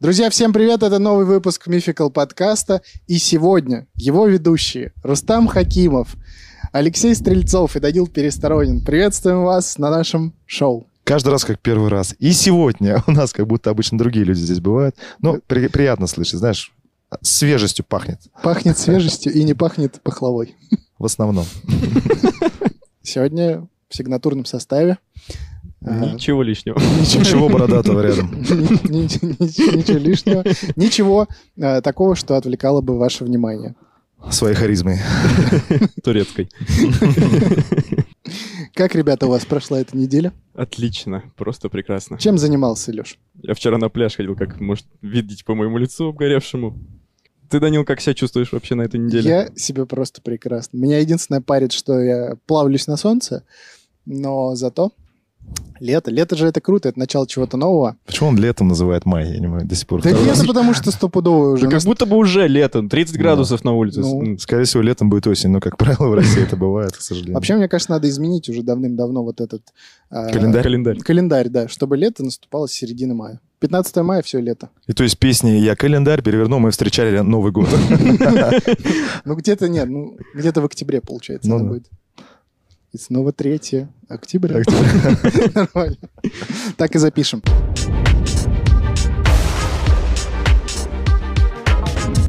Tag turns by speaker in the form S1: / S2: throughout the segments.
S1: Друзья, всем привет! Это новый выпуск Мификал подкаста. И сегодня его ведущие Рустам Хакимов, Алексей Стрельцов и Данил Пересторонин. Приветствуем вас на нашем шоу.
S2: Каждый раз как первый раз. И сегодня у нас как будто обычно другие люди здесь бывают. Но при- приятно слышать, знаешь, свежестью пахнет
S1: Пахнет свежестью и не пахнет пахлавой.
S2: в основном.
S1: Сегодня в сигнатурном составе. А,
S3: Ничего лишнего.
S2: Ничего бородатого рядом.
S1: ни- ни- ни- Ничего лишнего. Ничего э, такого, что отвлекало бы ваше внимание.
S2: Своей харизмой.
S3: Турецкой.
S1: Как, ребята, у вас прошла эта неделя?
S3: Отлично, просто прекрасно.
S1: Чем занимался, Леш?
S3: Я вчера на пляж ходил, как, может, видеть по моему лицу обгоревшему. Ты, Данил, как себя чувствуешь вообще на этой неделе?
S1: Я себя просто прекрасно. Меня единственное парит, что я плавлюсь на солнце, но зато лето. Лето же это круто, это начало чего-то нового.
S2: Почему он летом называет май? Я не понимаю, до сих пор.
S1: Да
S2: Второй раз.
S1: лето, потому что стопудовое
S3: Да
S1: уже.
S3: как будто бы уже лето, 30
S2: Да.
S3: градусов на улице.
S1: Ну.
S3: М,
S2: Скорее всего, летом будет осень, но, как правило, в России это бывает, к сожалению.
S1: Вообще, мне кажется, надо изменить уже давным-давно вот этот... а,
S2: Календарь.
S3: Календарь.
S1: Календарь, да, чтобы лето наступало с середины мая. 15 мая все лето.
S2: И то есть песни «Я календарь переверну», мы встречали Новый год.
S1: Ну, где-то нет, ну, где-то в октябре, получается,
S2: Ну
S1: она
S2: да.
S1: будет. И снова 3 октября.
S2: Октября.
S1: Нормально. Так и запишем.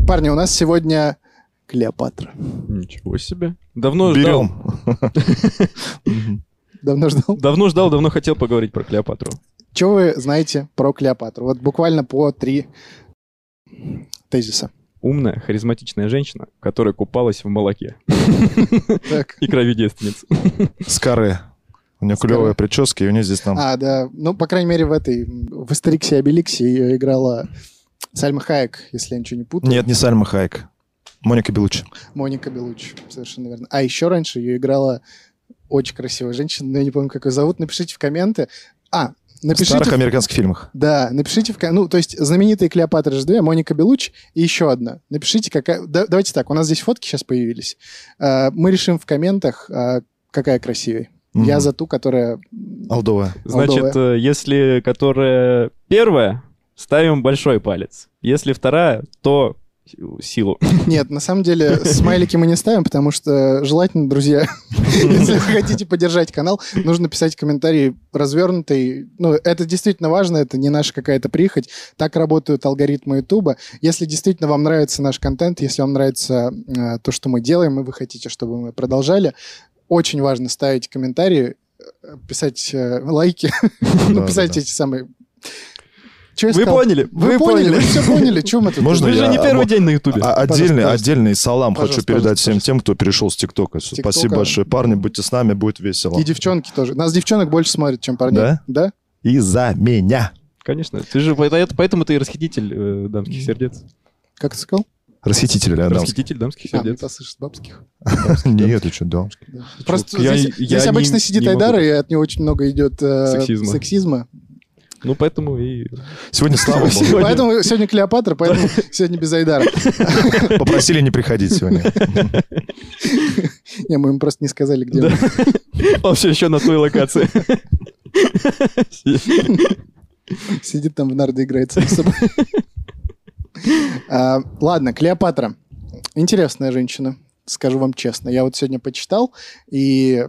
S1: Парни, у нас сегодня Клеопатра.
S3: Ничего себе.
S1: Ну
S3: Давно ждал.
S2: Берем.
S1: Давно ждал.
S3: Давно ждал, давно хотел поговорить про Клеопатру.
S1: Что вы знаете про Клеопатру? Вот буквально по три тезиса.
S3: Умная, харизматичная женщина, которая купалась в молоке
S1: Так.
S3: и крови девственниц.
S1: Ну,
S2: Скары. У нее
S1: Скары.
S2: клевая прическа, и у нее здесь там...
S1: А, да. Ну, по крайней мере, в этой, в Астериксе и Обеликсе ее играла Сальма Хайек, если я ничего не путаю.
S2: Нет, не Сальма Хайек. Моника Белуччи.
S1: Моника Белуч, совершенно верно. А еще раньше ее играла очень красивая женщина, но я не помню, как ее зовут. Напишите в комменты. А,
S2: В
S1: напишите...
S2: старых
S1: в-
S2: американских фильмах.
S1: Да, напишите в... ком- Ну, то есть знаменитые Клеопатра же две, Моника Белуч и еще одна. Напишите, какая... да- давайте так, у нас здесь фотки сейчас появились. Э, Мы решим в комментах, э, какая красивее.
S2: Мгм. А
S1: Я за ту, которая...
S2: Алдовая.
S3: Значит, э, если которая первая, ставим большой палец. Если вторая, то силу.
S1: Нет, на самом деле, смайлики мы не ставим, потому что желательно, друзья, если вы хотите поддержать канал, нужно писать комментарий развернутый. Ну, это действительно важно, это не наша какая-то прихоть. Так работают алгоритмы Ютуба. Если действительно вам нравится наш контент, если вам нравится э, то, что мы делаем, и вы хотите, чтобы мы продолжали, очень важно ставить комментарии, э, писать э, лайки, ну,
S2: Да,
S1: писать
S2: да, да.
S1: эти самые... Чё я
S3: Вы
S1: сказал?
S3: поняли?
S1: Вы поняли, вы все поняли, чем мы тут?
S2: Можно
S3: Вы
S2: я-
S3: же не первый
S2: вот-
S3: день на Ютубе.
S2: А- отдельный,
S1: пожалуйста.
S2: отдельный салам
S1: Пожалуйста,
S2: хочу передать
S1: пожалуйста,
S2: всем
S1: пожалуйста.
S2: тем, кто перешел с ТикТока.
S1: ТикТока.
S2: Спасибо большое, парни, будьте с нами, будет весело.
S1: И девчонки тоже. Нас девчонок больше смотрят, чем парней.
S2: Да?
S1: Да?
S2: И за меня.
S3: Конечно. Ты же по- это- поэтому ты и расхититель э, дамских сердец.
S1: Как ты сказал?
S2: Расхитители, да, дамские?
S3: Расхититель дамских
S1: А, ну,
S3: сердец.
S1: ты слышишь, бабских.
S2: Нет, ты что, дамские?
S1: Да. Просто
S3: я-
S1: здесь,
S3: я
S1: здесь
S3: не-
S1: обычно сидит
S3: не могу.
S1: Айдар, и от него очень много идет э,
S3: Сексизма.
S1: сексизма.
S3: Ну поэтому и.
S2: Сегодня Слава
S3: Сегодня-
S1: Поэтому сегодня Клеопатра, поэтому сегодня без Айдара.
S2: была. попросили не приходить сегодня.
S1: Не, мы им просто не сказали, где
S3: Да.
S1: мы.
S3: Он все еще на той локации.
S1: Сидит там в нарды играет сам с собой. А, Ладно, Клеопатра. Интересная женщина, скажу вам честно. Я вот сегодня почитал, и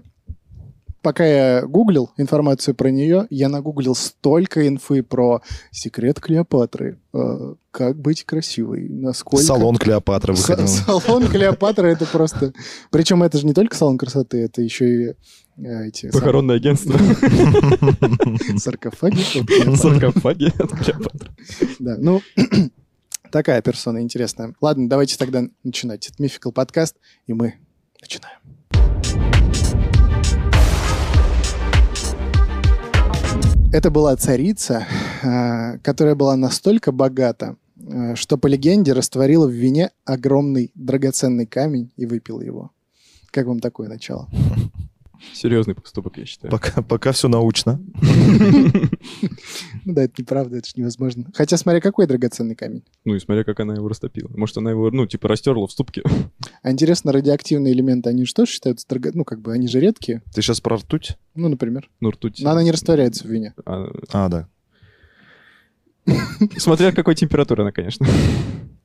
S1: пока я гуглил информацию про нее, я нагуглил столько инфы про секрет Клеопатры, э, как быть красивой, насколько...
S2: Салон Клеопатра выходил.
S1: С- Салон Клеопатра это просто... Причем это же не только салон красоты, это еще и э, эти сар-
S3: Похоронное агентство.
S1: саркофаги. от Клеопатры.
S3: Саркофаги от Клеопатры.
S1: Да, ну, такая персона интересная. Ладно, давайте тогда начинать. Это Мификал подкаст, и мы начинаем. Это была царица, э, которая была настолько богата, э, что по легенде растворила в вине огромный драгоценный камень и выпила его. Как вам такое начало?
S3: Серьезный поступок, я считаю.
S2: Пока, пока все научно.
S1: Ну да, это неправда, это же невозможно. Хотя смотря какой драгоценный камень.
S3: Ну и смотря, как она его растопила. Может, она его, ну, типа, растерла в ступке.
S1: А интересно, радиоактивные элементы, они же тоже считаются, драго- ну как бы, они же редкие.
S2: Ты сейчас про ртуть?
S1: Ну, например.
S3: Ну, ртуть.
S1: Но она не растворяется в вине.
S3: А,
S2: А, да.
S3: Смотря какой температуры она, конечно.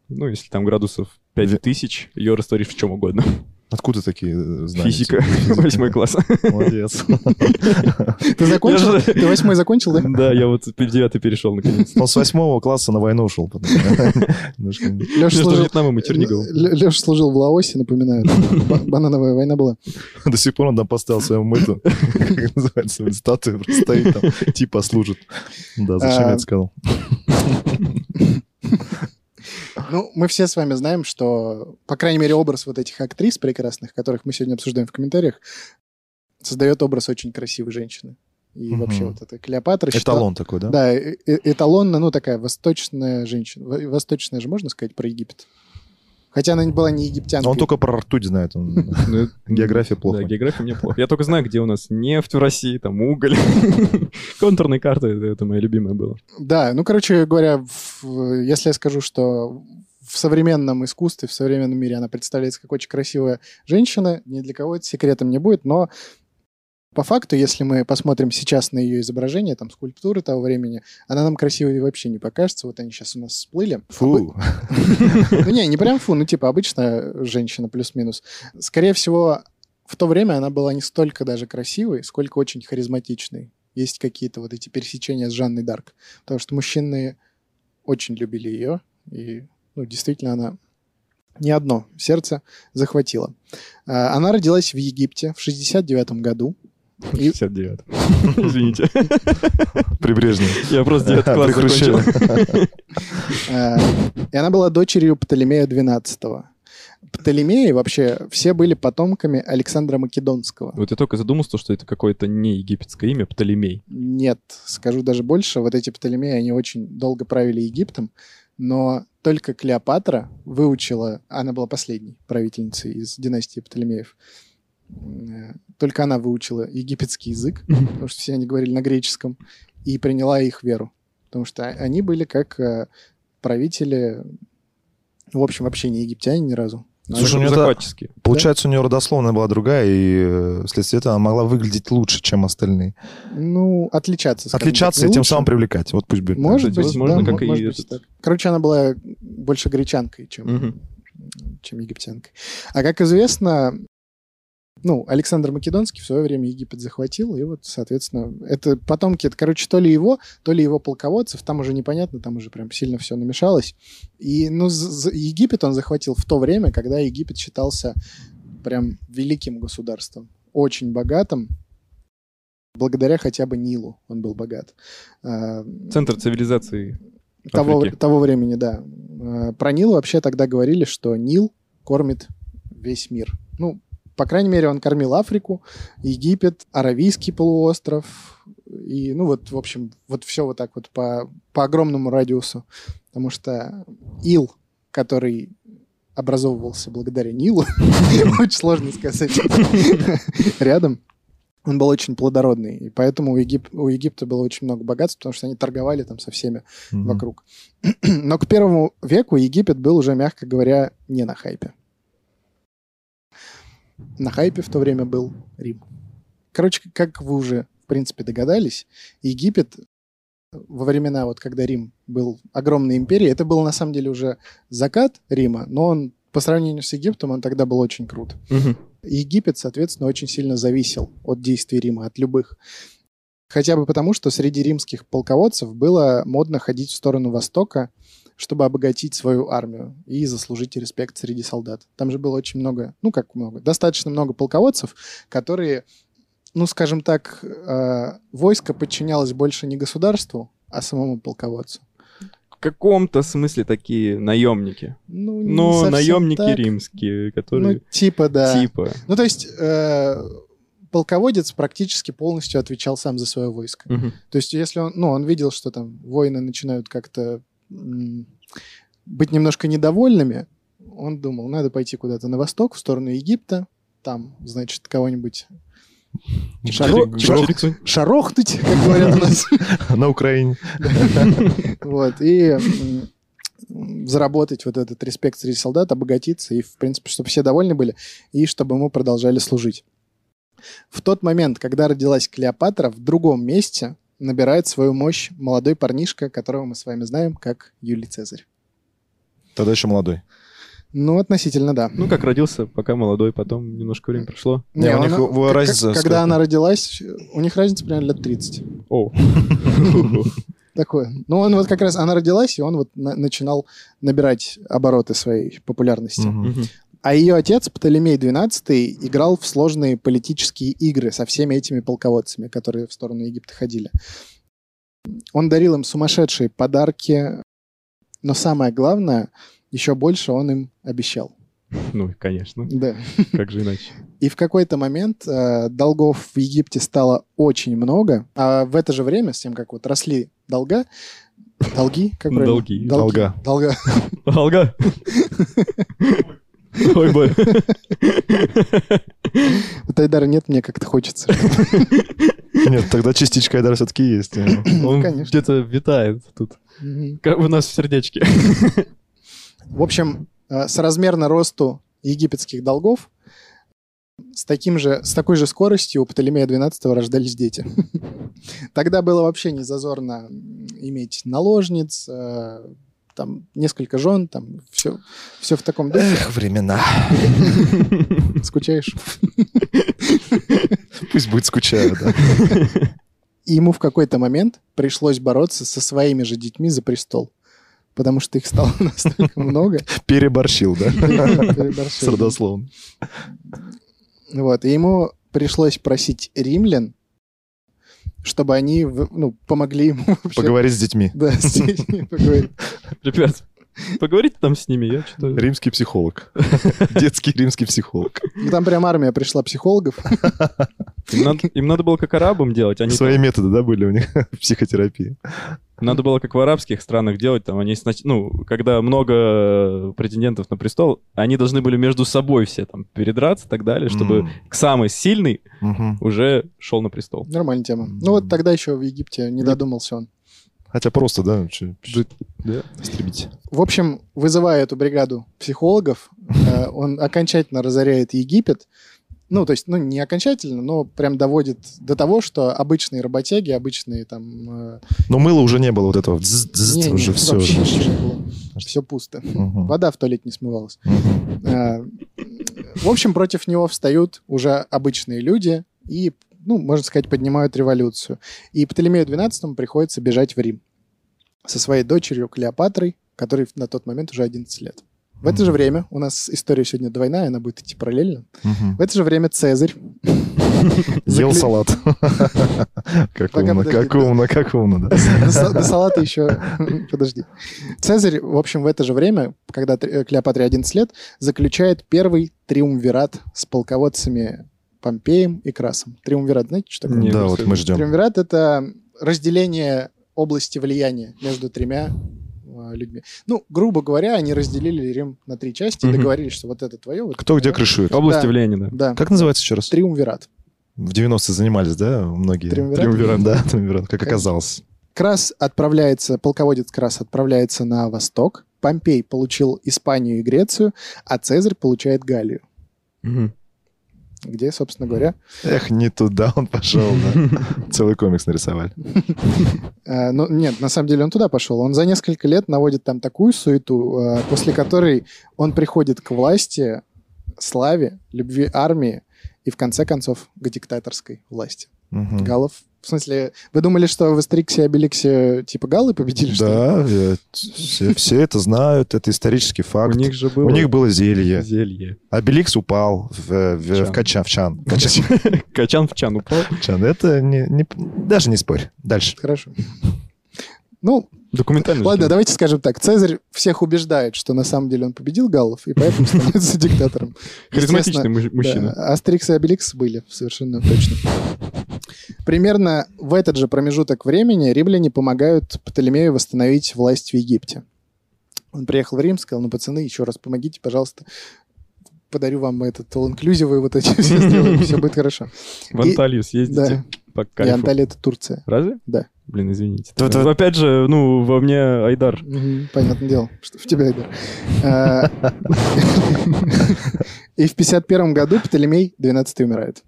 S3: Ну, если там градусов
S2: Ви-
S3: 5000, ее растворишь в чем угодно.
S2: Откуда такие э, знания?
S3: Физика, восьмой класс.
S2: Молодец.
S1: Ты закончил?
S3: Я же-
S1: Ты восьмой закончил, да?
S3: Да, я вот в девятый перешел наконец.
S2: Он с восьмого класса на войну ушел. потом. Немножко не-
S1: Леша
S3: Между
S1: служил...
S3: Вьетнамом и Черниговым.
S1: Леша служил в Лаосе, напоминаю. Ба- Банановая война была.
S2: До сих пор он там поставил свою мыту, как называется, вот статую, просто стоит там, типа служит. Да, зачем я
S1: А.
S2: это сказал?
S1: Ну, мы все с вами знаем, что, по крайней мере, образ вот этих актрис прекрасных, которых мы сегодня обсуждаем в комментариях, создает образ очень красивой женщины. И
S2: Мгм.
S1: вообще вот эта Клеопатра... считал-
S2: Эталон такой, да?
S1: Да, э- э- эталонно, ну, такая восточная женщина. Во- Восточная же можно сказать про Египет? Хотя она не была не египтянкой.
S2: Он только про ртуть знает. он-
S3: Ну, это-
S2: География плохо.
S3: Да, география мне плохо. Я только знаю, где у нас нефть в России, там уголь. Контурные карты, это- это мое любимое было.
S1: Да, ну, короче говоря, в- если я скажу, что в современном искусстве, в современном мире она представляется как очень красивая женщина, ни для кого это секретом не будет, но по факту, если мы посмотрим сейчас на ее изображение, там, скульптуры того времени, она нам красивой вообще не покажется. Вот они сейчас у нас всплыли.
S2: Фу.
S1: Ну, не, не прям фу, ну, типа, обычная женщина плюс-минус. Скорее всего, в то время она была не столько даже красивой, сколько очень харизматичной. Есть какие-то вот эти пересечения с Жанной Дарк. Потому что мужчины очень любили ее, и, ну, действительно, она не одно сердце захватила. А, Она родилась в Египте в 69 году. И-
S3: 69. Извините.
S2: Прибрежный.
S3: Я просто 9 класс
S2: При Хрущеве.
S3: закончил.
S1: Э, И она была дочерью Птолемея XII. Птолемеи вообще все были потомками Александра Македонского.
S3: Вот я только задумался, что это какое-то не египетское имя, Птолемей.
S1: Нет, скажу даже больше, вот эти Птолемеи, они очень долго правили Египтом, но только Клеопатра выучила, она была последней правительницей из династии Птолемеев, Э, только она выучила египетский язык, потому что все они говорили на греческом, и приняла их веру, потому что а, они были как э, правители, ну, в общем, вообще не египтяне ни разу.
S2: Слушай, у
S3: Они
S2: нее та-
S3: захватческие.
S2: Получается, у нее родословная была другая, и э, вследствие этого она могла выглядеть лучше, чем остальные.
S1: Ну, отличаться. скажем так,
S2: Отличаться
S1: не
S2: и тем
S1: лучше.
S2: самым привлекать. Вот пусть будет. так.
S1: Может
S3: Кстати,
S1: быть,
S3: возможно,
S1: да,
S3: как и
S1: может быть
S3: этот-
S1: так. Короче, она была больше гречанкой, чем
S3: Мгм.
S1: чем египтянкой. А как известно, ну, Александр Македонский в свое время Египет захватил, и вот, соответственно, это потомки, это, короче, то ли его, то ли его полководцев, там уже непонятно, там уже прям сильно все намешалось. И, ну, з- з- Египет он захватил в то время, когда Египет считался прям великим государством, очень богатым, благодаря хотя бы Нилу он был богат. А,
S3: Центр цивилизации.
S1: того,
S3: Африки.
S1: того времени, да. Э, Про Нил вообще тогда говорили, что Нил кормит весь мир. Ну, по крайней мере, он кормил Африку, Египет, Аравийский полуостров. И, ну, вот, в общем, вот все вот так вот по, по огромному радиусу. Потому что Ил, который образовывался благодаря Нилу, очень сложно сказать, рядом, он был очень плодородный. И поэтому у Егип- у Египта было очень много богатств, потому что они торговали там со всеми
S2: Мгм.
S1: вокруг. Но к первому веку Египет был уже, мягко говоря, не на хайпе. На хайпе в то время был Рим. Короче, как вы уже, в принципе, догадались, Египет во времена, вот когда Рим был огромной империей, это был на самом деле уже закат Рима, но он по сравнению с Египтом, он тогда был очень крут.
S3: Мгм.
S1: Египет, соответственно, очень сильно зависел от действий Рима, от любых. Хотя бы потому, что среди римских полководцев было модно ходить в сторону Востока, чтобы обогатить свою армию и заслужить респект среди солдат. Там же было очень много, ну как много, достаточно много полководцев, которые, ну скажем так, э, войско подчинялось больше не государству, а самому полководцу.
S3: В каком-то смысле такие наемники.
S1: Ну, не
S3: Но
S1: совсем
S3: наемники
S1: так.
S3: римские,
S1: Ну,
S3: которые
S1: типа, да.
S3: типа.
S1: Ну, то есть э, полководец практически полностью отвечал сам за свое войско.
S3: Мгм.
S1: То есть, если он, ну, он видел, что там воины начинают как-то м, быть немножко недовольными, он думал, надо пойти куда-то на восток, в сторону Египта, там, значит, кого-нибудь Шаро- Шаро-
S3: Чирик- чирик-
S1: шарохнуть, как говорят у нас.
S2: На Украине.
S1: Вот, и м, м, заработать вот этот респект среди солдат, обогатиться, и, в принципе, чтобы все довольны были, и чтобы ему продолжали служить. В тот момент, когда родилась Клеопатра, в другом месте набирает свою мощь молодой парнишка, которого мы с вами знаем как Юлий Цезарь.
S2: Тогда еще молодой.
S1: Ну, относительно, да.
S3: Ну, как родился, пока молодой, потом немножко времени прошло.
S2: Не, у них в-
S1: к- к-
S2: разница
S1: Когда
S2: сколько?
S1: она родилась, у них разница примерно лет 30.
S3: О.
S1: Такое. Ну, он вот как раз, она родилась, и он вот на- начинал набирать обороты своей популярности.
S2: Мгм.
S3: Мгм.
S1: А ее отец, Птолемей XII, играл в сложные политические игры со всеми этими полководцами, которые в сторону Египта ходили. Он дарил им сумасшедшие подарки, но самое главное, еще больше он им обещал.
S3: Ну, конечно,
S1: Да.
S3: как же иначе.
S1: И в какой-то момент э, долгов в Египте стало очень много, а в это же время, с тем, как вот росли долга, долги, как правильно?
S3: Долги.
S2: Долга.
S1: Долга.
S3: Алга. Ой, бой.
S1: У Тайдара нет, мне как-то хочется.
S2: Нет, тогда частичка Айдара все-таки есть. э.
S3: Он
S1: Ну, конечно.
S3: где-то витает тут.
S1: Мгм.
S3: Как у нас в сердечке.
S1: В общем, э, соразмерно росту египетских долгов с, таким же, с такой же скоростью у Птолемея XII рождались дети. Тогда было вообще не зазорно м, иметь наложниц, э, там несколько жен, там все, все в таком духе.
S2: Эх, времена.
S1: Скучаешь?
S2: Пусть будет скучаю, да.
S1: И ему в какой-то момент пришлось бороться со своими же детьми за престол, потому что их стало настолько много.
S2: Переборщил, да? С
S1: Переборщил.
S2: родословным.
S1: Вот, и ему пришлось просить римлян, чтобы они в- ну, помогли ему вообще.
S2: Поговорить с детьми.
S1: Да, с ними поговорить.
S3: Ребят, поговорите там с ними, я что
S2: Римский психолог. Детский римский психолог.
S1: Ну, Там прям армия пришла психологов.
S3: Им надо, им надо было как арабам делать, а они
S2: Свои методы, да, были у них в психотерапии.
S3: надо было как в арабских странах делать, там они снач- ну когда много э, претендентов на престол, они должны были между собой все там передраться и так
S1: Э,
S3: далее, чтобы
S2: М.
S3: к самый сильный
S2: Мгм.
S3: уже шел на престол.
S1: Нормальная тема. Ну вот тогда еще в Египте не додумался он.
S2: Хотя просто, да, чё- чё-
S3: Да.
S2: истребить.
S1: В общем, вызывая эту бригаду психологов, э, он окончательно разоряет Египет. Ну, то есть, ну, не окончательно, но прям доводит до того, что обычные работяги, обычные там... э,
S2: Но мыла уже не было вот этого. Дз- дз-
S1: не, не,
S2: Уже все.
S1: вообще ничего не было. Всё пусто. Вода в туалет не смывалась. Э, В общем, против него встают уже обычные люди и, ну, можно сказать, поднимают революцию. И Птолемею XII приходится бежать в Рим со своей дочерью Клеопатрой, которой на тот момент уже 11 лет. В это же
S2: Мгм.
S1: время, у нас история сегодня двойная, она будет идти параллельно, в это же время Цезарь
S2: Ел
S1: Закле-
S2: салат. Как
S1: Пока,
S2: умно,
S1: подожди,
S2: как
S1: да.
S2: умно, как умно, да.
S1: До са- до салата еще... Подожди. Цезарь, в общем, в это же время, когда Тре- э, Клеопатре 11 лет, заключает первый триумвират с полководцами Помпеем и Красом. Триумвират, знаете, что такое?
S3: Не,
S2: Да,
S3: просто-
S2: вот мы ждем.
S1: Триумвират — это разделение области влияния между тремя э, людьми. Ну, грубо говоря, они разделили Рим на три части и
S3: Мгм.
S1: договорились, что вот это твое, вот
S2: Кто
S1: это
S2: где
S1: твое.
S2: крышует?
S3: Области
S1: Да.
S3: влияния, да.
S1: Да,
S2: Как называется еще раз?
S1: триумвират.
S2: В 90-е занимались, да, многие?
S1: Триумвират?
S2: Да, триумвират, как оказалось.
S1: Крас отправляется, полководец Крас отправляется на восток, Помпей получил Испанию и Грецию, а Цезарь получает Галлию,
S3: Мгм.
S1: где, собственно говоря,
S2: Эх, не туда он
S1: Ну
S2: пошел, да. Целый комикс нарисовали.
S1: э, ну нет, на самом деле он туда пошел. Он за несколько лет наводит там такую суету, э, после которой он приходит к власти, славе, любви армии и в конце концов к диктаторской власти.
S2: Мгм.
S1: Галов, в смысле, вы думали, что в Астериксе и Обеликсе типа галлы победили? что ли?
S2: Да, э, все, все это знают, это исторический
S3: У
S2: факт.
S3: них же было
S2: У них было зелье.
S3: зелье.
S2: Обеликс упал в, в-
S3: Чан.
S2: в качан, в чан.
S3: Качан в чан упал.
S2: Чан, это не, не- даже не спорь. Дальше.
S1: Хорошо. Ну,
S3: Документально. же
S1: Ладно,
S3: было.
S1: давайте скажем так. Цезарь всех убеждает, что на самом деле он победил галлов, и поэтому становится диктатором.
S3: Харизматичный муж- мужчина.
S1: Да, Астерикс и Обеликс были, совершенно точно. Примерно в этот же промежуток времени римляне помогают Птолемею восстановить власть в Египте. Он приехал в Рим, сказал, ну, пацаны, еще раз помогите, пожалуйста, подарю вам этот all-inclusive, и вот эти все сделаем, все будет хорошо.
S3: В Анталию съездите.
S1: Да,
S3: По
S1: и
S3: кайфу.
S1: Анталия — это Турция.
S3: Разве?
S1: Да.
S3: Блин, извините.
S2: Да, да.
S3: Опять же, ну, во мне Айдар.
S1: Мгм, Понятное дело, что в тебя игра. А, И в 51 году Птолемей 12 умирает.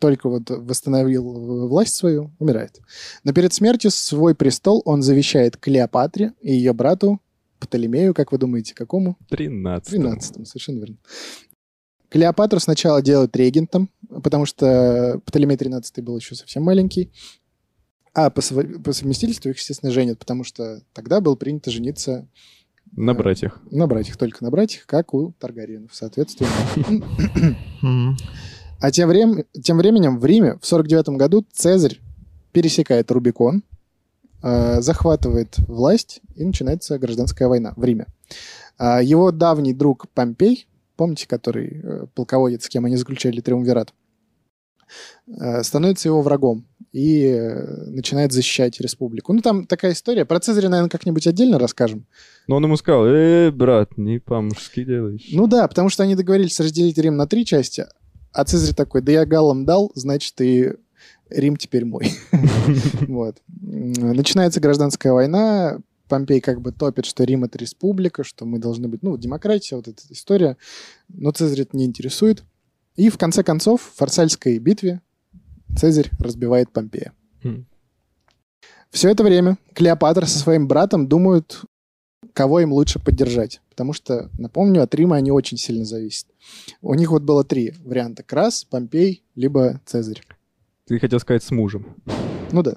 S1: только вот восстановил власть свою, умирает. Но перед смертью свой престол он завещает Клеопатре и ее брату Птолемею, как вы думаете, какому?
S3: 13.
S1: 13 совершенно верно. Клеопатру сначала делают регентом, потому что Птолемей 13 был еще совсем маленький. А по, сво- по совместительству их, естественно, женят, потому что тогда было принято жениться
S3: На братьях.
S1: на братьях, только на братьях, как у Таргариенов, соответственно.
S2: Мгм.
S1: А тем, врем- тем временем в Риме в 49 году Цезарь пересекает Рубикон, э, захватывает власть, и начинается гражданская война в Риме. А его давний друг Помпей, помните, который э, полководец, с кем они заключали триумвират, э, становится его врагом и э, начинает защищать республику. Ну, там такая история. Про Цезаря, наверное, как-нибудь отдельно расскажем.
S3: Но он ему сказал, э, брат, не по-мужски делаешь.
S1: Ну да, потому что они договорились разделить Рим на три части, а Цезарь такой, да я галлам дал, значит и Рим теперь мой. Вот. М, Начинается гражданская война, Помпей как бы топит, что Рим это республика, что мы должны быть, ну, демократия, вот эта история. Но Цезарь это не интересует. И в конце концов, в Фарсальской битве Цезарь разбивает Помпея.
S3: Хм.
S1: Все это время Клеопатра со своим братом думают, кого им лучше поддержать. Потому что, напомню, от Рима они очень сильно зависят. У них вот было три варианта. Крас, Помпей, либо Цезарь.
S3: Ты хотел сказать с мужем.
S1: Ну да.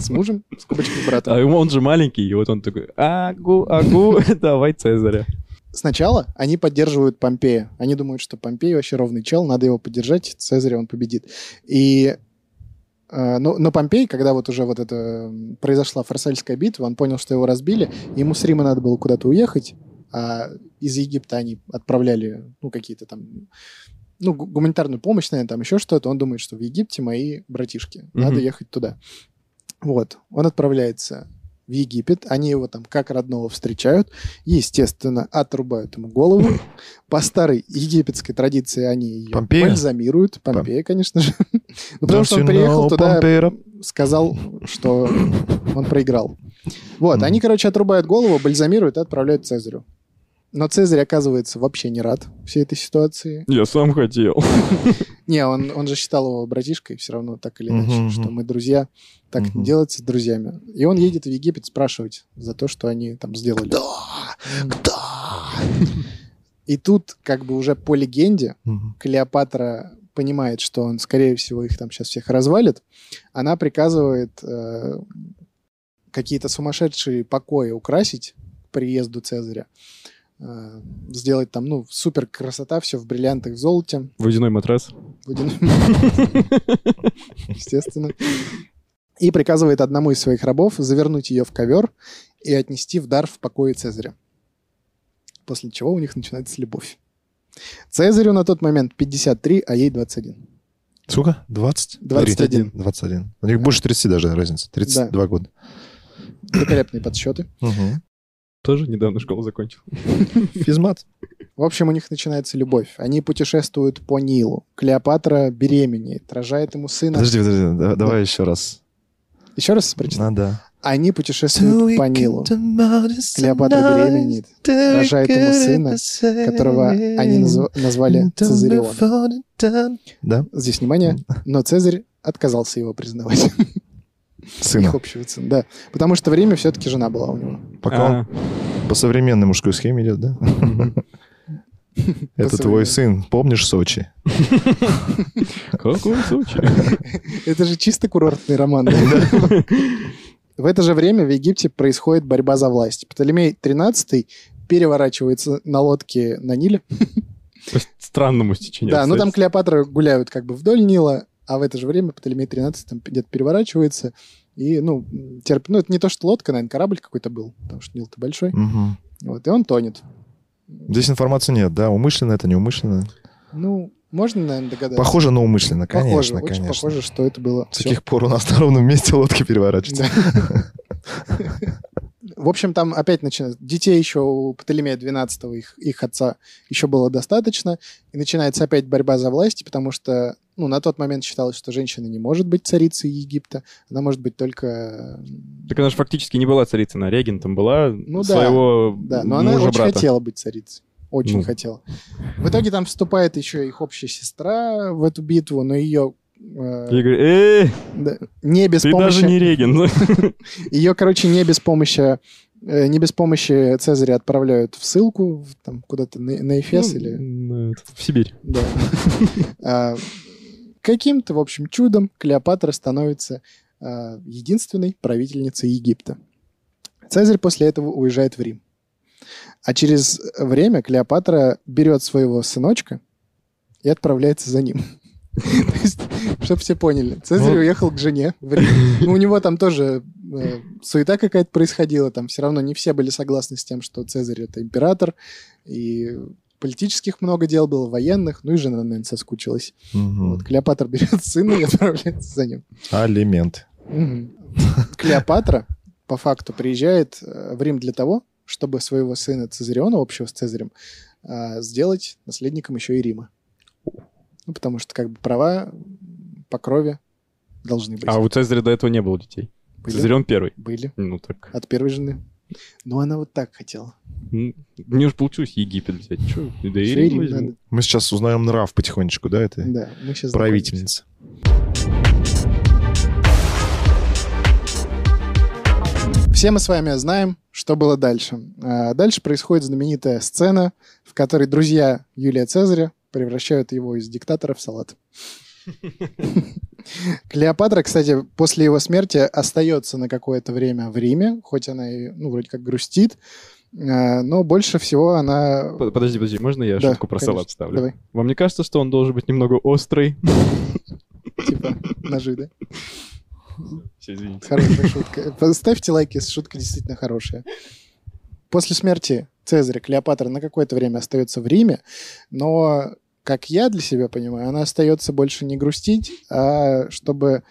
S1: С мужем, с кубочкой брата.
S3: А ему он же маленький, и вот он такой, агу, агу, давай Цезаря.
S1: Сначала они поддерживают Помпея. Они думают, что Помпей вообще ровный чел, надо его поддержать, Цезаря он победит. И э, но, но Помпей, когда вот уже вот это м, произошла Фарсальская битва, он понял, что его разбили, ему с Рима надо было куда-то уехать, а из Египта они отправляли, ну, какие-то там, ну, гу- гуманитарную помощь, наверное, там еще что-то. Он думает, что в Египте мои братишки, надо
S3: Мгм.
S1: ехать туда. Вот, он отправляется в Египет, они его там как родного встречают, естественно, отрубают ему голову. По старой египетской традиции они ее
S2: Помпея?
S1: бальзамируют. Помпея, конечно же. Ну, потому что он
S2: Don't you
S1: приехал
S2: know,
S1: туда,
S2: Помпейра?
S1: сказал, что он проиграл. Вот,
S2: Мгм.
S1: они, короче, отрубают голову, бальзамируют и отправляют Цезарю. Но Цезарь, оказывается, вообще не рад всей этой ситуации.
S3: Я сам хотел.
S1: Не, он, он же считал его братишкой, все равно так или
S2: Мгм,
S1: иначе,
S2: мгм.
S1: что мы друзья. Так
S2: Мгм.
S1: не делается с друзьями. И он едет в Египет спрашивать за то, что они там сделали. Кто? И тут, как бы уже по легенде,
S2: Мгм.
S1: Клеопатра понимает, что он, скорее всего, их там сейчас всех развалит. Она приказывает э, какие-то сумасшедшие покои украсить к приезду Цезаря. Э, сделать там, ну, супер красота, все в бриллиантах, в золоте.
S3: Водяной матрас.
S1: Водяной- Естественно. И приказывает одному из своих рабов завернуть ее в ковер и отнести в дар в покое Цезаря. После чего у них начинается любовь. Цезарю на тот момент 53, а ей 21.
S2: Сколько? 20?
S1: 21.
S2: 21. У них больше 30 даже разница. 32 года.
S1: Великолепные подсчеты.
S2: Мгм.
S3: Тоже недавно школу закончил.
S2: Физмат.
S1: В общем, у них начинается любовь. Они путешествуют по Нилу. Клеопатра беременеет, рожает ему сына.
S2: Подожди, подожди, да- давай еще раз.
S1: Еще раз прочитаю.
S2: Надо.
S1: Они путешествуют Ну, по Нилу. Клеопатра беременеет, рожает ему сына, которого они назва- назвали Цезарион.
S3: А,
S2: Да,
S1: Здесь внимание, но Цезарь отказался его признавать. Их
S2: сына.
S1: общего сына, да. Потому что время все-таки жена была у него.
S2: Пока он по современной мужской схеме идет, да? Это
S1: современной.
S2: твой сын. Помнишь Сочи?
S3: Какой случай?
S1: Это же чисто курортный роман. да? В это же время в Египте происходит борьба за власть. Птолемей XIII переворачивается на лодке на Ниле.
S3: По странному стечению.
S1: Да, ну там
S3: обстоятельств.
S1: Клеопатра гуляют как бы вдоль Нила, а в это же время Птолемей XIII там где-то переворачивается и, ну, терпит. Ну, это не то, что лодка, наверное, корабль какой-то был, потому что Нил-то большой.
S2: Мгм.
S1: Вот, и он тонет.
S2: Здесь информации нет, да? Умышленно это, не умышленно?
S1: Ну, можно, наверное, догадаться.
S2: Похоже, но умышленно,
S1: Похоже,
S2: конечно,
S1: очень
S2: конечно.
S1: похоже, что это было.
S2: С каких пор у нас на ровном месте лодки переворачиваются?
S1: Всё. В общем, там опять начинается. Детей еще у Птолемея 12 их, их отца еще было достаточно. И начинается опять борьба за власть, потому что ну, на тот момент считалось, что женщина не может быть царицей Египта. Она может быть только... м,
S3: Так она же фактически не была царицей, она регентом была
S1: Ну да,
S3: своего
S1: Да, но она
S3: мужа
S1: очень
S3: брата.
S1: хотела быть царицей. Очень
S3: Ну.
S1: хотел. В итоге там вступает еще их общая сестра в эту битву, но ее
S3: И говорю, «Э,
S1: да, не без
S3: ты
S1: помощи...
S3: даже не Реген.
S1: Ее, короче, не без помощи э, не без помощи Цезаря отправляют в ссылку, в- там куда-то на, на Эфес
S3: Ну,
S1: или...
S3: ну, это В Сибирь.
S1: Да. А, Каким-то, в общем, чудом Клеопатра становится а, единственной правительницей Египта. Цезарь после этого уезжает в Рим. А через время Клеопатра берет своего сыночка и отправляется за ним. То есть, чтобы все поняли, Цезарь
S2: Ну.
S1: уехал к жене в Рим. Ну, у него там тоже э, суета какая-то происходила, там все равно не все были согласны с тем, что Цезарь это император, и политических много дел было, военных, ну и жена, наверное, соскучилась.
S2: Мгм.
S1: Вот Клеопатра берет сына и отправляется за ним.
S2: Алимент.
S1: Мгм. Клеопатра, по факту, приезжает э, в Рим для того, чтобы своего сына Цезариона, общего с Цезарем, э, сделать наследником еще и Рима. Ну, потому что, как бы, права м, по крови должны быть.
S3: А у Цезаря до этого не было детей.
S1: Были?
S3: Цезарь он первый.
S1: Были.
S3: Ну так.
S1: От первой жены. Но она вот так хотела.
S3: Ну, Мне же получилось Египет взять. Чё? Да и
S1: Всё, и
S3: Рим
S1: Рим
S3: возьму.
S1: надо.
S2: Мы сейчас узнаем нрав потихонечку, да, это
S1: Да, мы сейчас
S2: правительница.
S1: Все мы с вами знаем, что было дальше. А, Дальше происходит знаменитая сцена, в которой друзья Юлия Цезаря превращают его из диктатора в салат. Клеопатра, кстати, после его смерти остается на какое-то время в Риме, хоть она и, ну, вроде как грустит, а, но больше всего она...
S3: Под- Подожди, подожди, можно я
S1: Да,
S3: шутку про
S1: конечно.
S3: салат вставлю?
S1: Давай,
S3: Вам не кажется, что он должен быть немного острый?
S1: типа, ножи, да?
S3: Все, извините.
S1: Хорошая шутка. Поставьте лайки, шутка действительно хорошая. После смерти Цезаря Клеопатра на какое-то время остается в Риме, но, как я для себя понимаю, она остается больше не грустить, а чтобы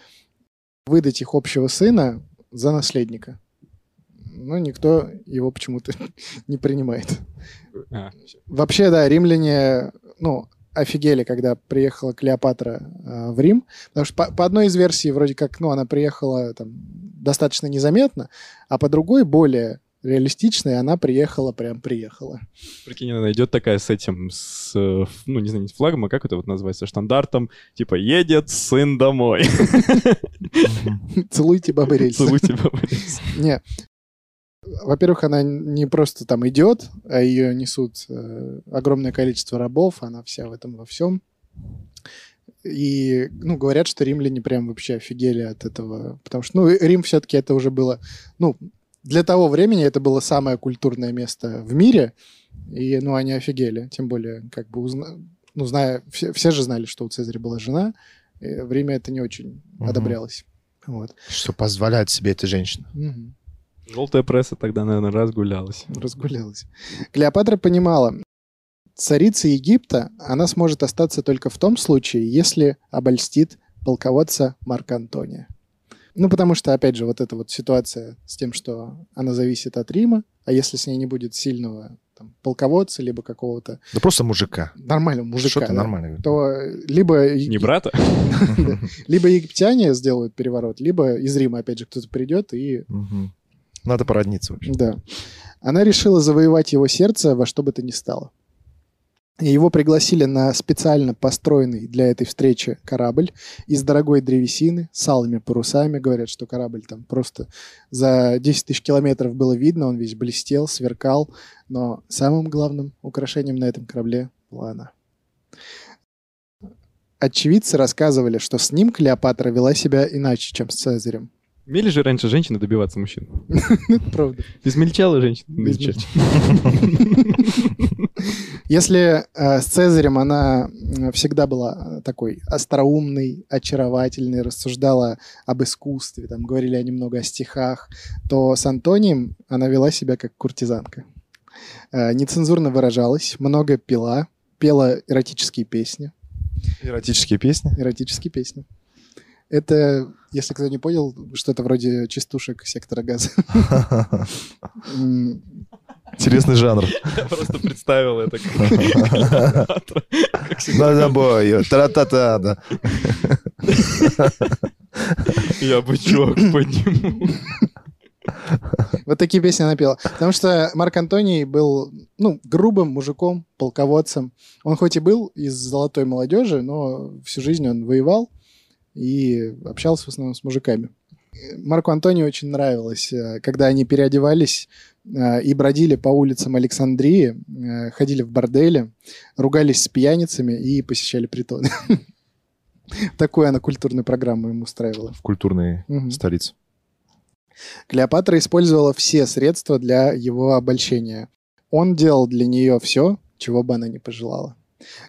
S1: выдать их общего сына за наследника. Но никто его почему-то не принимает.
S3: А,
S1: Вообще, да, римляне, ну, офигели, когда приехала Клеопатра э, в Рим. Потому что по, по одной из версий, вроде как, ну, она приехала там достаточно незаметно, а по другой, более реалистичной, она приехала, прям приехала.
S3: Прикинь, она идет такая с этим, с, э, ф- ну, не знаю, не с флагом, а как это вот назвать, со штандартом, типа, едет сын домой.
S2: Мгм.
S1: Целуйте, бабы рельсы.
S3: Целую тебя. Борис.
S1: Не. Во-первых, она не просто там идет, а ее несут э, огромное количество рабов, она вся в этом во всем. И, ну, говорят, что римляне прям вообще офигели от этого, потому что, ну, и Рим все-таки это уже было, ну, для того времени это было самое культурное место в мире, и, ну, они офигели, тем более, как бы, узна... ну, зная, все, все же знали, что у Цезаря была жена, э, в Риме это не очень
S2: Мгм.
S1: одобрялось. Вот.
S2: Что позволяет себе эта женщина?
S1: Мгм.
S3: Желтая пресса тогда, наверное, разгулялась.
S1: Разгулялась. Клеопатра понимала, царица Египта, она сможет остаться только в том случае, если обольстит полководца Марка Антония. Ну, потому что, опять же, вот эта вот ситуация с тем, что она зависит от Рима, а если с ней не будет сильного там, полководца, либо какого-то
S2: Да просто мужика.
S1: нормального мужика,
S2: Что ты
S1: да,
S2: нормально говоришь?
S1: то либо,
S3: Не
S1: е-
S3: брата?
S1: либо египтяне сделают переворот, либо из Рима, опять же, кто-то придет и
S2: Мгм. Надо породниться вообще.
S1: Да. Она решила завоевать его сердце во что бы то ни стало. И Его пригласили на специально построенный для этой встречи корабль из дорогой древесины с алыми парусами. Говорят, что корабль там просто за 10 тысяч километров было видно, он весь блестел, сверкал. Но самым главным украшением на этом корабле была она. Очевидцы рассказывали, что с ним Клеопатра вела себя иначе, чем с Цезарем.
S3: Умели же раньше женщины добиваться мужчин?
S1: Правда.
S3: Измельчала женщина.
S1: Без Если э, с Цезарем она м, всегда была э, такой остроумной, очаровательной, рассуждала об искусстве, там говорили они много о стихах, то с Антонием она вела себя как куртизанка. Э, нецензурно выражалась, много пила, пела эротические песни.
S2: Эротические песни.
S1: Эротические песни. Это, если кто не понял, что-то вроде частушек сектора газа. М,
S2: Интересный жанр.
S3: Я просто представил это.
S2: На забой. Тра-та-та. да.
S3: Я бычок подниму.
S1: В Вот такие песни она пела. Потому что Марк Антоний был, ну, грубым мужиком, полководцем. Он хоть и был из золотой молодежи, но всю жизнь он воевал и общался в основном с мужиками. Марку Антонию очень нравилось, э, когда они переодевались э, и бродили по улицам Александрии, э, ходили в бордели, ругались с пьяницами и посещали притоны. Такую она культурную программу им устраивала.
S2: в культурные
S1: Мгм.
S2: столицы.
S1: Клеопатра использовала все средства для его обольщения. Он делал для нее все, чего бы она не пожелала.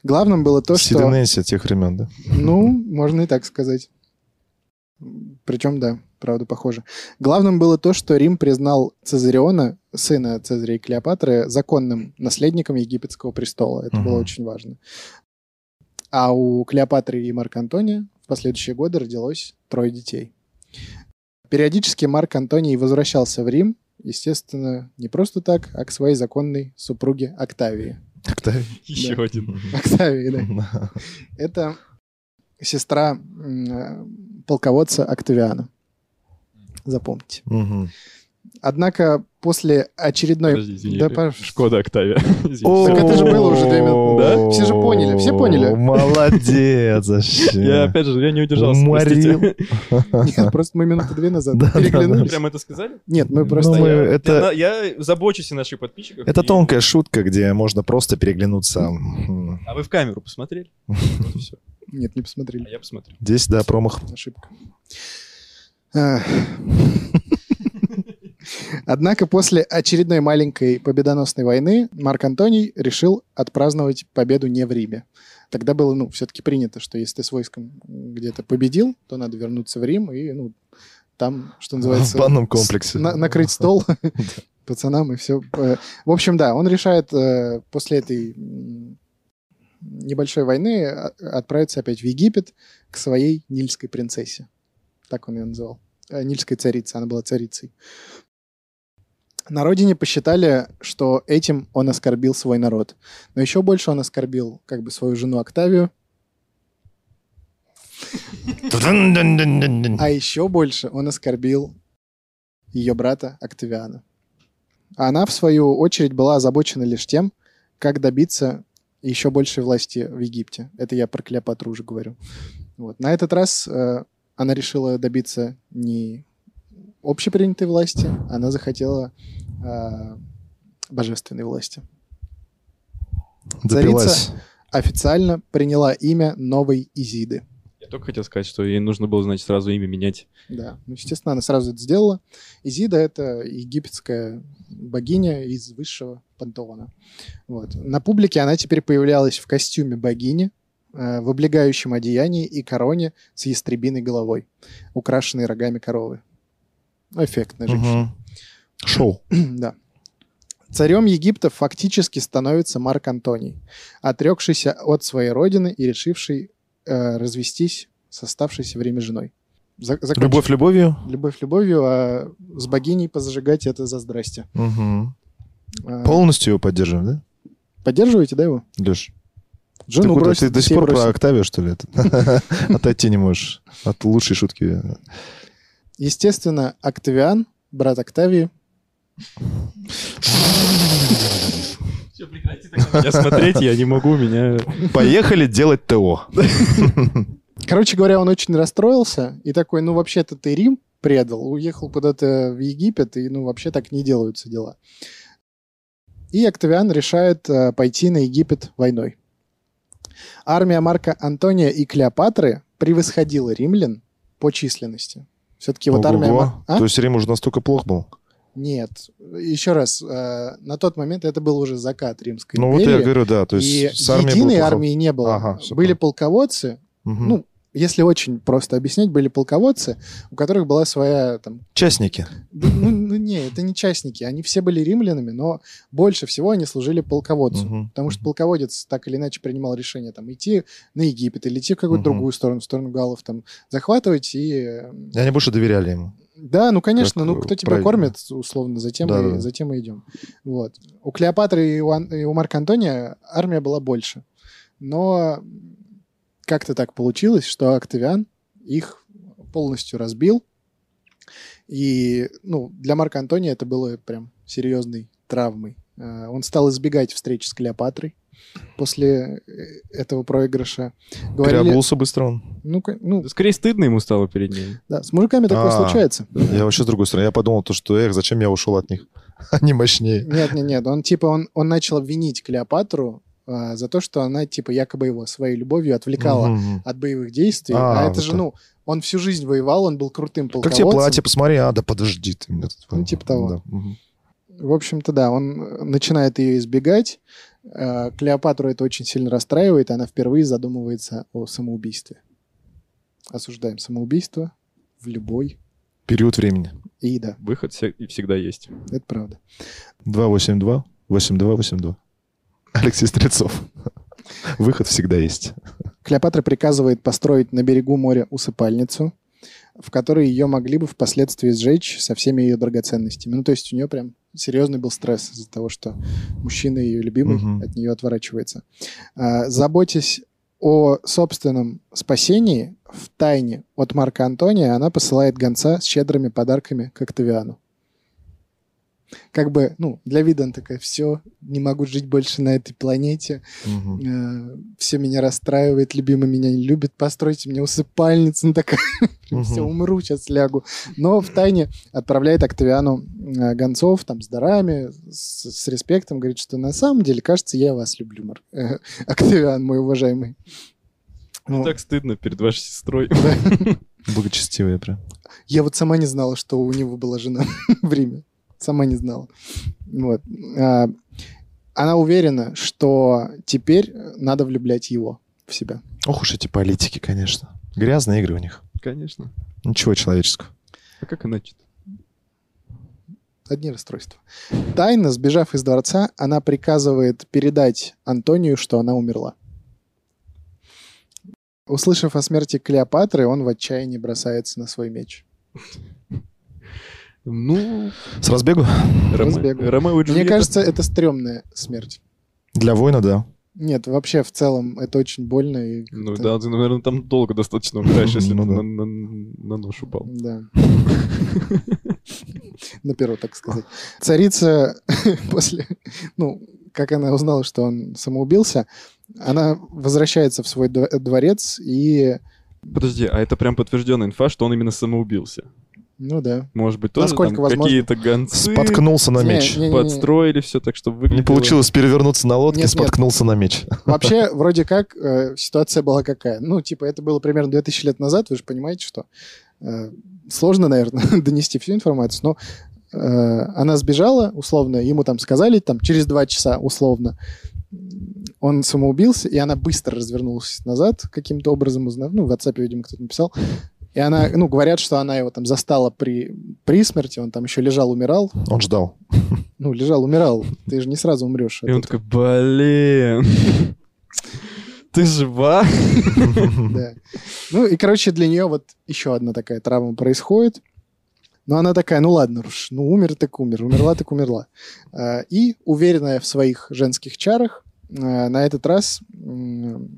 S1: Главным было то, что...
S2: Сиденесия тех времен, да?
S1: Ну, можно и так сказать. Причем, да, правда, похоже. Главным было то, что Рим признал Цезариона, сына Цезаря и Клеопатры, законным наследником египетского престола. Это было
S2: Мгм.
S1: очень важно. А у Клеопатры и Марка Антония в последующие годы родилось трое детей. Периодически Марк Антоний возвращался в Рим, естественно, не просто так, а к своей законной супруге Октавии.
S2: Октавий.
S3: Еще один.
S1: Октавии, да.
S2: Да.
S1: Это сестра м, э, полководца Октавиана. Запомните.
S2: Мгм.
S1: Однако после очередной...
S3: Подожди, извини. э,
S1: Да, пожалуйста.
S3: Шкода Октавия. Извини.
S1: Так это же было уже две минуты.
S2: Да?
S1: Все же поняли, все поняли?
S2: Молодец, вообще.
S3: Я опять же, я не удержался,
S2: Уморил.
S3: простите.
S1: Нет, просто мы минуты две назад
S2: Да, да,
S3: Вы
S1: переглянулись.
S3: прям это сказали?
S1: Нет, мы
S2: Ну,
S1: просто...
S2: мы-
S3: Я-
S2: это-
S3: я на- Я забочусь о наших подписчиках.
S2: Это
S3: и-
S2: тонкая шутка, где можно просто переглянуться. М.
S3: А вы в камеру посмотрели? Вот и всё.
S1: Нет, не
S3: А
S1: посмотрели.
S3: я посмотрю.
S2: Здесь, да, промах.
S1: Ошибка. Ах. Однако после очередной маленькой победоносной войны Марк Антоний решил отпраздновать победу не в Риме. Тогда было, ну, все-таки принято, что если ты с войском где-то победил, то надо вернуться в Рим и, ну, там, что называется...
S2: В банном комплексе.
S1: на- накрыть стол пацанам и все. В общем, да, он решает э, после этой м, небольшой войны а- отправиться опять в Египет к своей нильской принцессе. Так он ее называл. Э, Нильская царица, она была царицей. На родине посчитали, что этим он оскорбил свой народ. Но еще больше он оскорбил как бы свою жену Октавию,
S2: Тудун-дун-дун-дун-дун.
S1: а еще больше он оскорбил ее брата Октавиана. А Она, в свою очередь, была озабочена лишь тем, как добиться еще большей власти в Египте. Это я про Клеопатру уже говорю. Вот. На этот раз э, она решила добиться не общепринятой власти, она захотела э, божественной власти.
S2: Допилась.
S1: Официально приняла имя новой Изиды.
S3: Я только хотел сказать, что ей нужно было, значит, сразу имя менять.
S1: Да, ну, естественно, она сразу это сделала. Изида — это египетская богиня из высшего пантеона. Вот. На публике она теперь появлялась в костюме богини, э, в облегающем одеянии и короне с ястребиной головой, украшенной рогами коровы. Эффектная женщина.
S2: Мгм. Шоу.
S1: да. Царем Египта фактически становится Марк Антоний, отрекшийся от своей родины и решивший э, развестись с оставшейся время женой. За- закончим.
S2: Любовь любовью.
S1: Любовь любовью, а с богиней позажигать это за здрасте.
S2: Мгм.
S1: А,
S2: Полностью его поддерживаем, да?
S1: Поддерживаете, да, его?
S2: Леш, ты,
S1: Жену
S2: куда?
S1: бросит,
S2: Ты до сих
S1: детей
S2: пор про
S1: бросит.
S2: Октавию, что ли? это? Отойти не можешь. От лучшей шутки.
S1: Естественно, Октавиан, брат Октавии,
S3: Все, прекрати Я смотреть, я не могу, меня...
S2: Поехали делать ТО.
S1: Короче говоря, он очень расстроился и такой, ну вообще-то ты Рим предал, уехал куда-то в Египет, и ну вообще так не делаются дела. И Октавиан решает э, пойти на Египет войной. Армия Марка Антония и Клеопатры превосходила римлян по численности. Все-таки вот армия...
S2: Ого-го.
S1: Мар- А?
S2: То есть Рим уже настолько плох был?
S1: Нет. Еще раз, э, на тот момент это был уже закат Римской
S2: Ну вот
S1: империи.
S2: я говорю, да. То
S1: и
S2: есть с армией было
S1: единой
S2: плохо.
S1: армии не было.
S2: Ага, всё
S1: были
S2: понял.
S1: полководцы,
S2: Мгм.
S1: ну, если очень просто объяснять, были полководцы, у которых была своя там...
S2: Частники.
S1: Ну, ну, не, это не частники, они все были римлянами, но больше всего они служили полководцу.
S2: Мгм.
S1: Потому что полководец так или иначе принимал решение там идти на Египет или идти в какую-то
S2: Мгм.
S1: другую сторону, в сторону галов там захватывать и... э,
S2: И Они больше доверяли ему.
S1: Да, ну конечно,
S2: Как,
S1: ну
S2: э,
S1: кто тебя
S2: правильно.
S1: кормит, условно, затем, и,
S2: Да-да-да.
S1: затем и идем. Вот. У Клеопатры и у, Ан- и у Марка Антония армия была больше. Но как-то так получилось, что Октавиан их полностью разбил, И ну, для Марка Антония это было прям серьезной травмой. Э, Он стал избегать встреч с Клеопатрой после э, этого проигрыша. Говорили,
S2: Переобулся быстро он.
S1: ну, ка- ну,
S3: Скорее стыдно ему стало перед ней.
S1: да, с мужиками такое
S2: А.
S1: случается.
S2: Я вообще с другой стороны. Я подумал, то, что, эх, зачем я ушел от них? Они мощнее.
S1: Нет, нет, нет. Он типа он, он начал винить Клеопатру а, за то, что она типа якобы его своей любовью отвлекала
S2: Мгм.
S1: от боевых действий.
S2: А,
S1: А,
S2: вот
S1: это же,
S2: так.
S1: ну, он всю жизнь воевал, он был крутым
S2: Как
S1: полководцем.
S2: тебе платье? Посмотри. А, да подожди ты. меня тут-
S1: Ну, типа того.
S2: Да, мгм.
S1: В общем-то, да, он э, начинает ее избегать. Э, Клеопатру это очень сильно расстраивает, и она впервые задумывается о самоубийстве. Осуждаем самоубийство в любой.
S2: Период времени.
S1: И да,
S3: Выход все- и всегда есть.
S1: это правда.
S2: 282, 8282. Алексей Стрельцов. Выход всегда есть.
S1: Клеопатра приказывает построить на берегу моря усыпальницу, в которой ее могли бы впоследствии сжечь со всеми ее драгоценностями. Ну, то есть у нее прям серьезный был стресс из-за того, что мужчина ее любимый
S2: Мгм.
S1: от нее отворачивается. А, Заботясь о собственном спасении в тайне от Марка Антония, она посылает гонца с щедрыми подарками к Октавиану. Как бы, ну, для вида она такая, все, не могу жить больше на этой планете,
S2: Мгм.
S1: Э, все меня расстраивает, любимый меня не любит, постройте мне усыпальницу, ну такая,
S2: Мгм.
S1: все, умру, сейчас лягу. Но в тайне отправляет Октавиану э, гонцов, там, с дарами, с, с респектом, говорит, что на самом деле, кажется, я вас люблю, Мар- э, Октавиан, мой уважаемый. Ну,
S3: Мне так стыдно перед вашей сестрой.
S2: Благочестивые прям.
S1: Я вот сама не знала, что у него была жена в Риме. Сама не знала. Вот. А, Она уверена, что теперь надо влюблять его в себя.
S2: Ох уж эти политики, конечно. Грязные игры у них.
S3: Конечно.
S2: Ничего человеческого.
S3: А как иначе?
S1: Одни расстройства. Тайно, сбежав из дворца, она приказывает передать Антонию, что она умерла. Услышав о смерти Клеопатры, он в отчаянии бросается на свой меч.
S3: Ну,
S2: С разбегу?
S3: Роме-
S1: Разбегу.
S3: Ромео и
S1: Мне
S3: Джульетта.
S1: кажется, это стрёмная смерть.
S2: Для воина, да.
S1: Нет, вообще в целом это очень больно. И
S3: Ну
S1: как-то-
S3: да, ты, наверное, там долго достаточно умираешь, если
S2: Ну
S3: ты
S2: да.
S3: на- на на нож упал.
S1: Да. На перо, так сказать. Царица после, ну, как она узнала, что он самоубился, она возвращается в свой дво- дворец и,
S3: Подожди, а это прям подтвержденная инфа, что он именно самоубился.
S1: ну да,
S3: Может быть, тоже
S1: Насколько
S3: там
S1: возможно.
S3: какие-то гонцы
S2: Споткнулся на
S1: Не,
S2: меч.
S1: не, не, не.
S3: подстроили все так, чтобы выглядело...
S2: Не получилось перевернуться на лодке,
S1: Нет, нет.
S2: споткнулся на меч.
S1: Вообще, вроде как, э, ситуация была какая. Ну, типа, это было примерно 2000 лет назад, вы же понимаете, что э, сложно, наверное, донести всю информацию, но э, она сбежала, условно, ему там сказали, там, через два часа, условно, м, он самоубился, и она быстро развернулась назад, каким-то образом узнав, ну, в WhatsApp, видимо, кто-то написал, и она, ну, говорят, что она его там застала при, при смерти, он там еще лежал, умирал,
S2: Он ждал.
S1: ну, лежал, умирал, ты же не сразу а умрешь. от
S3: И он такой, блин, ты жива?
S1: Да. Ну и, короче, для нее вот еще одна такая травма происходит. Но она такая, ну ладно, уж, ну умер так умер, умерла так умерла. А, И, уверенная в своих женских чарах, а, на этот раз м,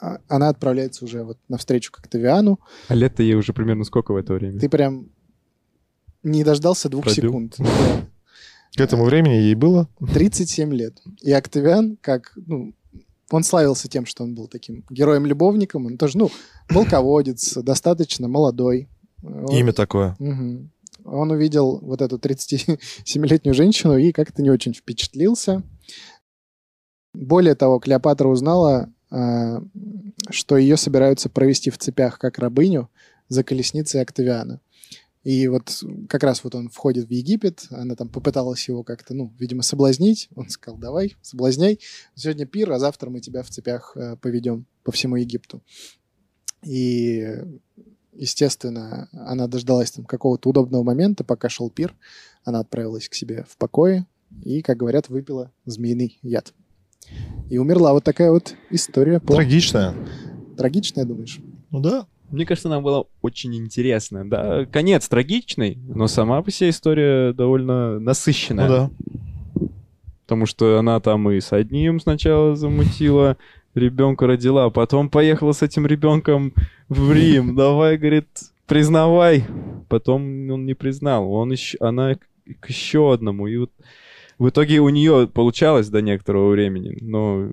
S1: а- она отправляется уже вот навстречу к Октавиану.
S3: А лет-то ей уже примерно сколько в это время?
S1: Ты прям не дождался двух
S3: Пробил.
S1: секунд. Да.
S2: К этому времени ей было.
S1: 37 лет. И Октавиан, как, ну, он славился тем, что он был таким героем-любовником. Он тоже, ну, полководец, достаточно молодой. Он-
S2: Имя такое.
S1: Мгм. Он увидел вот эту 37-летнюю женщину и как-то не очень впечатлился. Более того, Клеопатра узнала, а, что ее собираются провести в цепях как рабыню за колесницей Октавиана. И вот как раз вот он входит в Египет, она там попыталась его как-то, ну, видимо, соблазнить. Он сказал, давай, соблазняй. Сегодня пир, а завтра мы тебя в цепях э, поведем по всему Египту. И естественно, она дождалась там какого-то удобного момента, пока шел пир, она отправилась к себе в покое и, как говорят, выпила змеиный яд. И умерла вот такая вот история. По...
S2: Трагичное.
S1: Трагичная, думаешь?
S2: Ну да.
S3: Мне кажется, она была очень интересная. Да, конец трагичный, но сама по себе история довольно насыщенная.
S2: Ну да.
S3: Потому что она там и с одним сначала замутила, ребенка родила, а потом поехала с этим ребенком в Рим. Давай, говорит, признавай, потом он не признал. Он еще, она к к еще одному. И вот в итоге у нее получалось до некоторого времени, но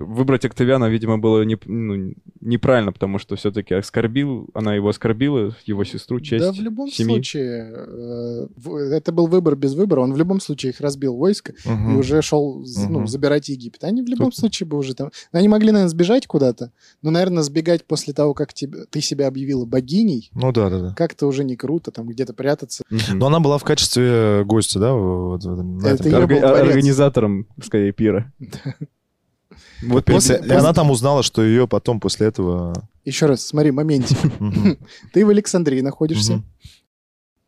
S3: выбрать Октавиана, видимо, было не, ну, неправильно, потому что все-таки оскорбил, она его оскорбила, его сестру, честь
S1: Да, в любом
S3: семьи.
S1: случае, э, в- это был выбор без выбора. Он в любом случае их разбил войско и
S2: Мгм.
S1: уже шел з- ну,
S2: Мгм.
S1: забирать Египет. Они в любом
S2: Тут-
S1: случае бы уже там... ну, Они могли, наверное, сбежать куда-то, но, наверное, сбегать после того, как тебе- ты себя объявила богиней,
S2: Ну да, да, да.
S1: как-то уже не круто, там где-то прятаться.
S3: Мгм.
S2: Но она была в качестве гостя, да? вот в этом- на
S1: Это
S2: этом
S1: её
S2: пирге?
S1: был
S3: Орга- а,
S1: дворец.
S3: Организатором, скорее, пира. Вот
S2: После-
S1: после-
S2: И она там узнала, что ее потом после этого...
S1: Еще раз, смотри, моментик.
S2: Мгм.
S1: Ты в Александрии находишься,
S2: Мгм.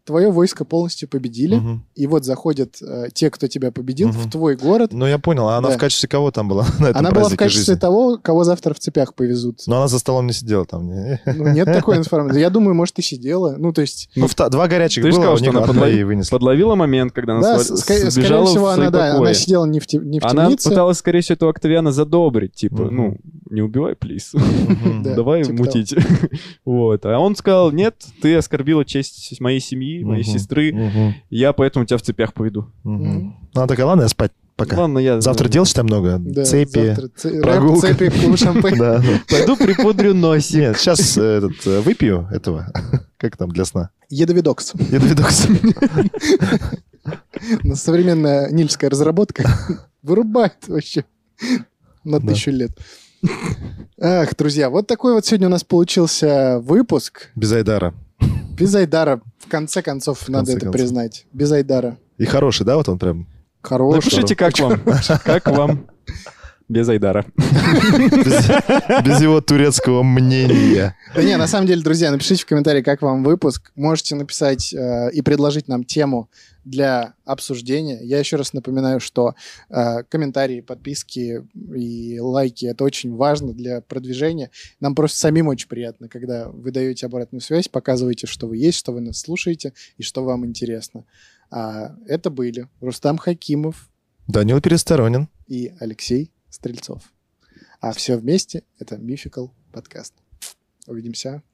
S1: твое войско полностью победили,
S2: Мгм.
S1: и вот заходят э, те, кто тебя победил, в
S2: Мгм.
S1: твой город.
S2: Ну, я понял, а она
S1: Да.
S2: в качестве кого там была на этом
S1: Она была в
S2: празднике
S1: качестве
S2: жизни?
S1: того, кого завтра в цепях повезут.
S2: Но она за столом не сидела там. не?
S1: Ну, нет такой информации. Я думаю, может, и сидела. Ну, то есть...
S2: Ну, вта- два горячих
S3: Ты же
S2: было,
S3: сказал,
S2: у
S3: что
S2: них
S3: она
S2: одна
S3: подло-
S2: ей вынесла.
S3: Подловила момент, когда она
S1: Да,
S3: сва-
S1: ск- скорее
S3: сбежала
S1: всего,
S3: в свои
S1: она, да,
S3: покои.
S1: она сидела не в, те- не в
S3: Она
S1: темнице.
S3: пыталась, скорее всего, этого Октавиана задобрить, типа,
S2: Мгм.
S3: ну, не убивай, плиз.
S2: Мгм.
S1: Да.
S3: Давай
S1: типа
S3: мутить. Вот. А он сказал, нет, ты оскорбила честь моей семьи, моей
S2: Мгм.
S3: сестры,
S2: Мгм.
S3: я поэтому тебя в цепях поведу.
S2: Мгм. Она такая, ладно, я спать пока.
S3: Ладно, я
S2: Завтра
S3: дело.
S2: делаешь там много?
S1: Да,
S2: Цепи.
S1: завтра ц-
S2: прогулка.
S1: рэп, цепи, пул, шампань.
S2: Да.
S3: Пойду припудрю носик.
S2: Нет, сейчас этот, э, выпью этого. Как там для сна?
S1: Ядовидокс.
S2: Ядовидокс.
S1: Ну, Современная нильская разработка вырубает вообще на
S2: Да.
S1: тысячу лет. Ах, друзья, вот такой вот сегодня у нас получился выпуск.
S2: Без Айдара.
S1: Без Айдара, в конце концов, надо
S2: конце
S1: это
S2: концов.
S1: признать. Без Айдара.
S2: И хороший, да, вот он прям?
S1: Хороший.
S3: Напишите, как вам. Как вам. Без Айдара.
S2: Без без его турецкого мнения.
S1: Да не, на самом деле, друзья, напишите в комментарии, как вам выпуск. Можете написать э, и предложить нам тему для обсуждения. Я еще раз напоминаю, что э, комментарии, подписки и лайки это очень важно для продвижения. Нам просто самим очень приятно, когда вы даете обратную связь, показываете, что вы есть, что вы нас слушаете и что вам интересно. А это были Рустам Хакимов
S2: Данил Пересторонин.
S1: и Алексей Стрельцов. А все вместе это Мификал подкаст. Увидимся.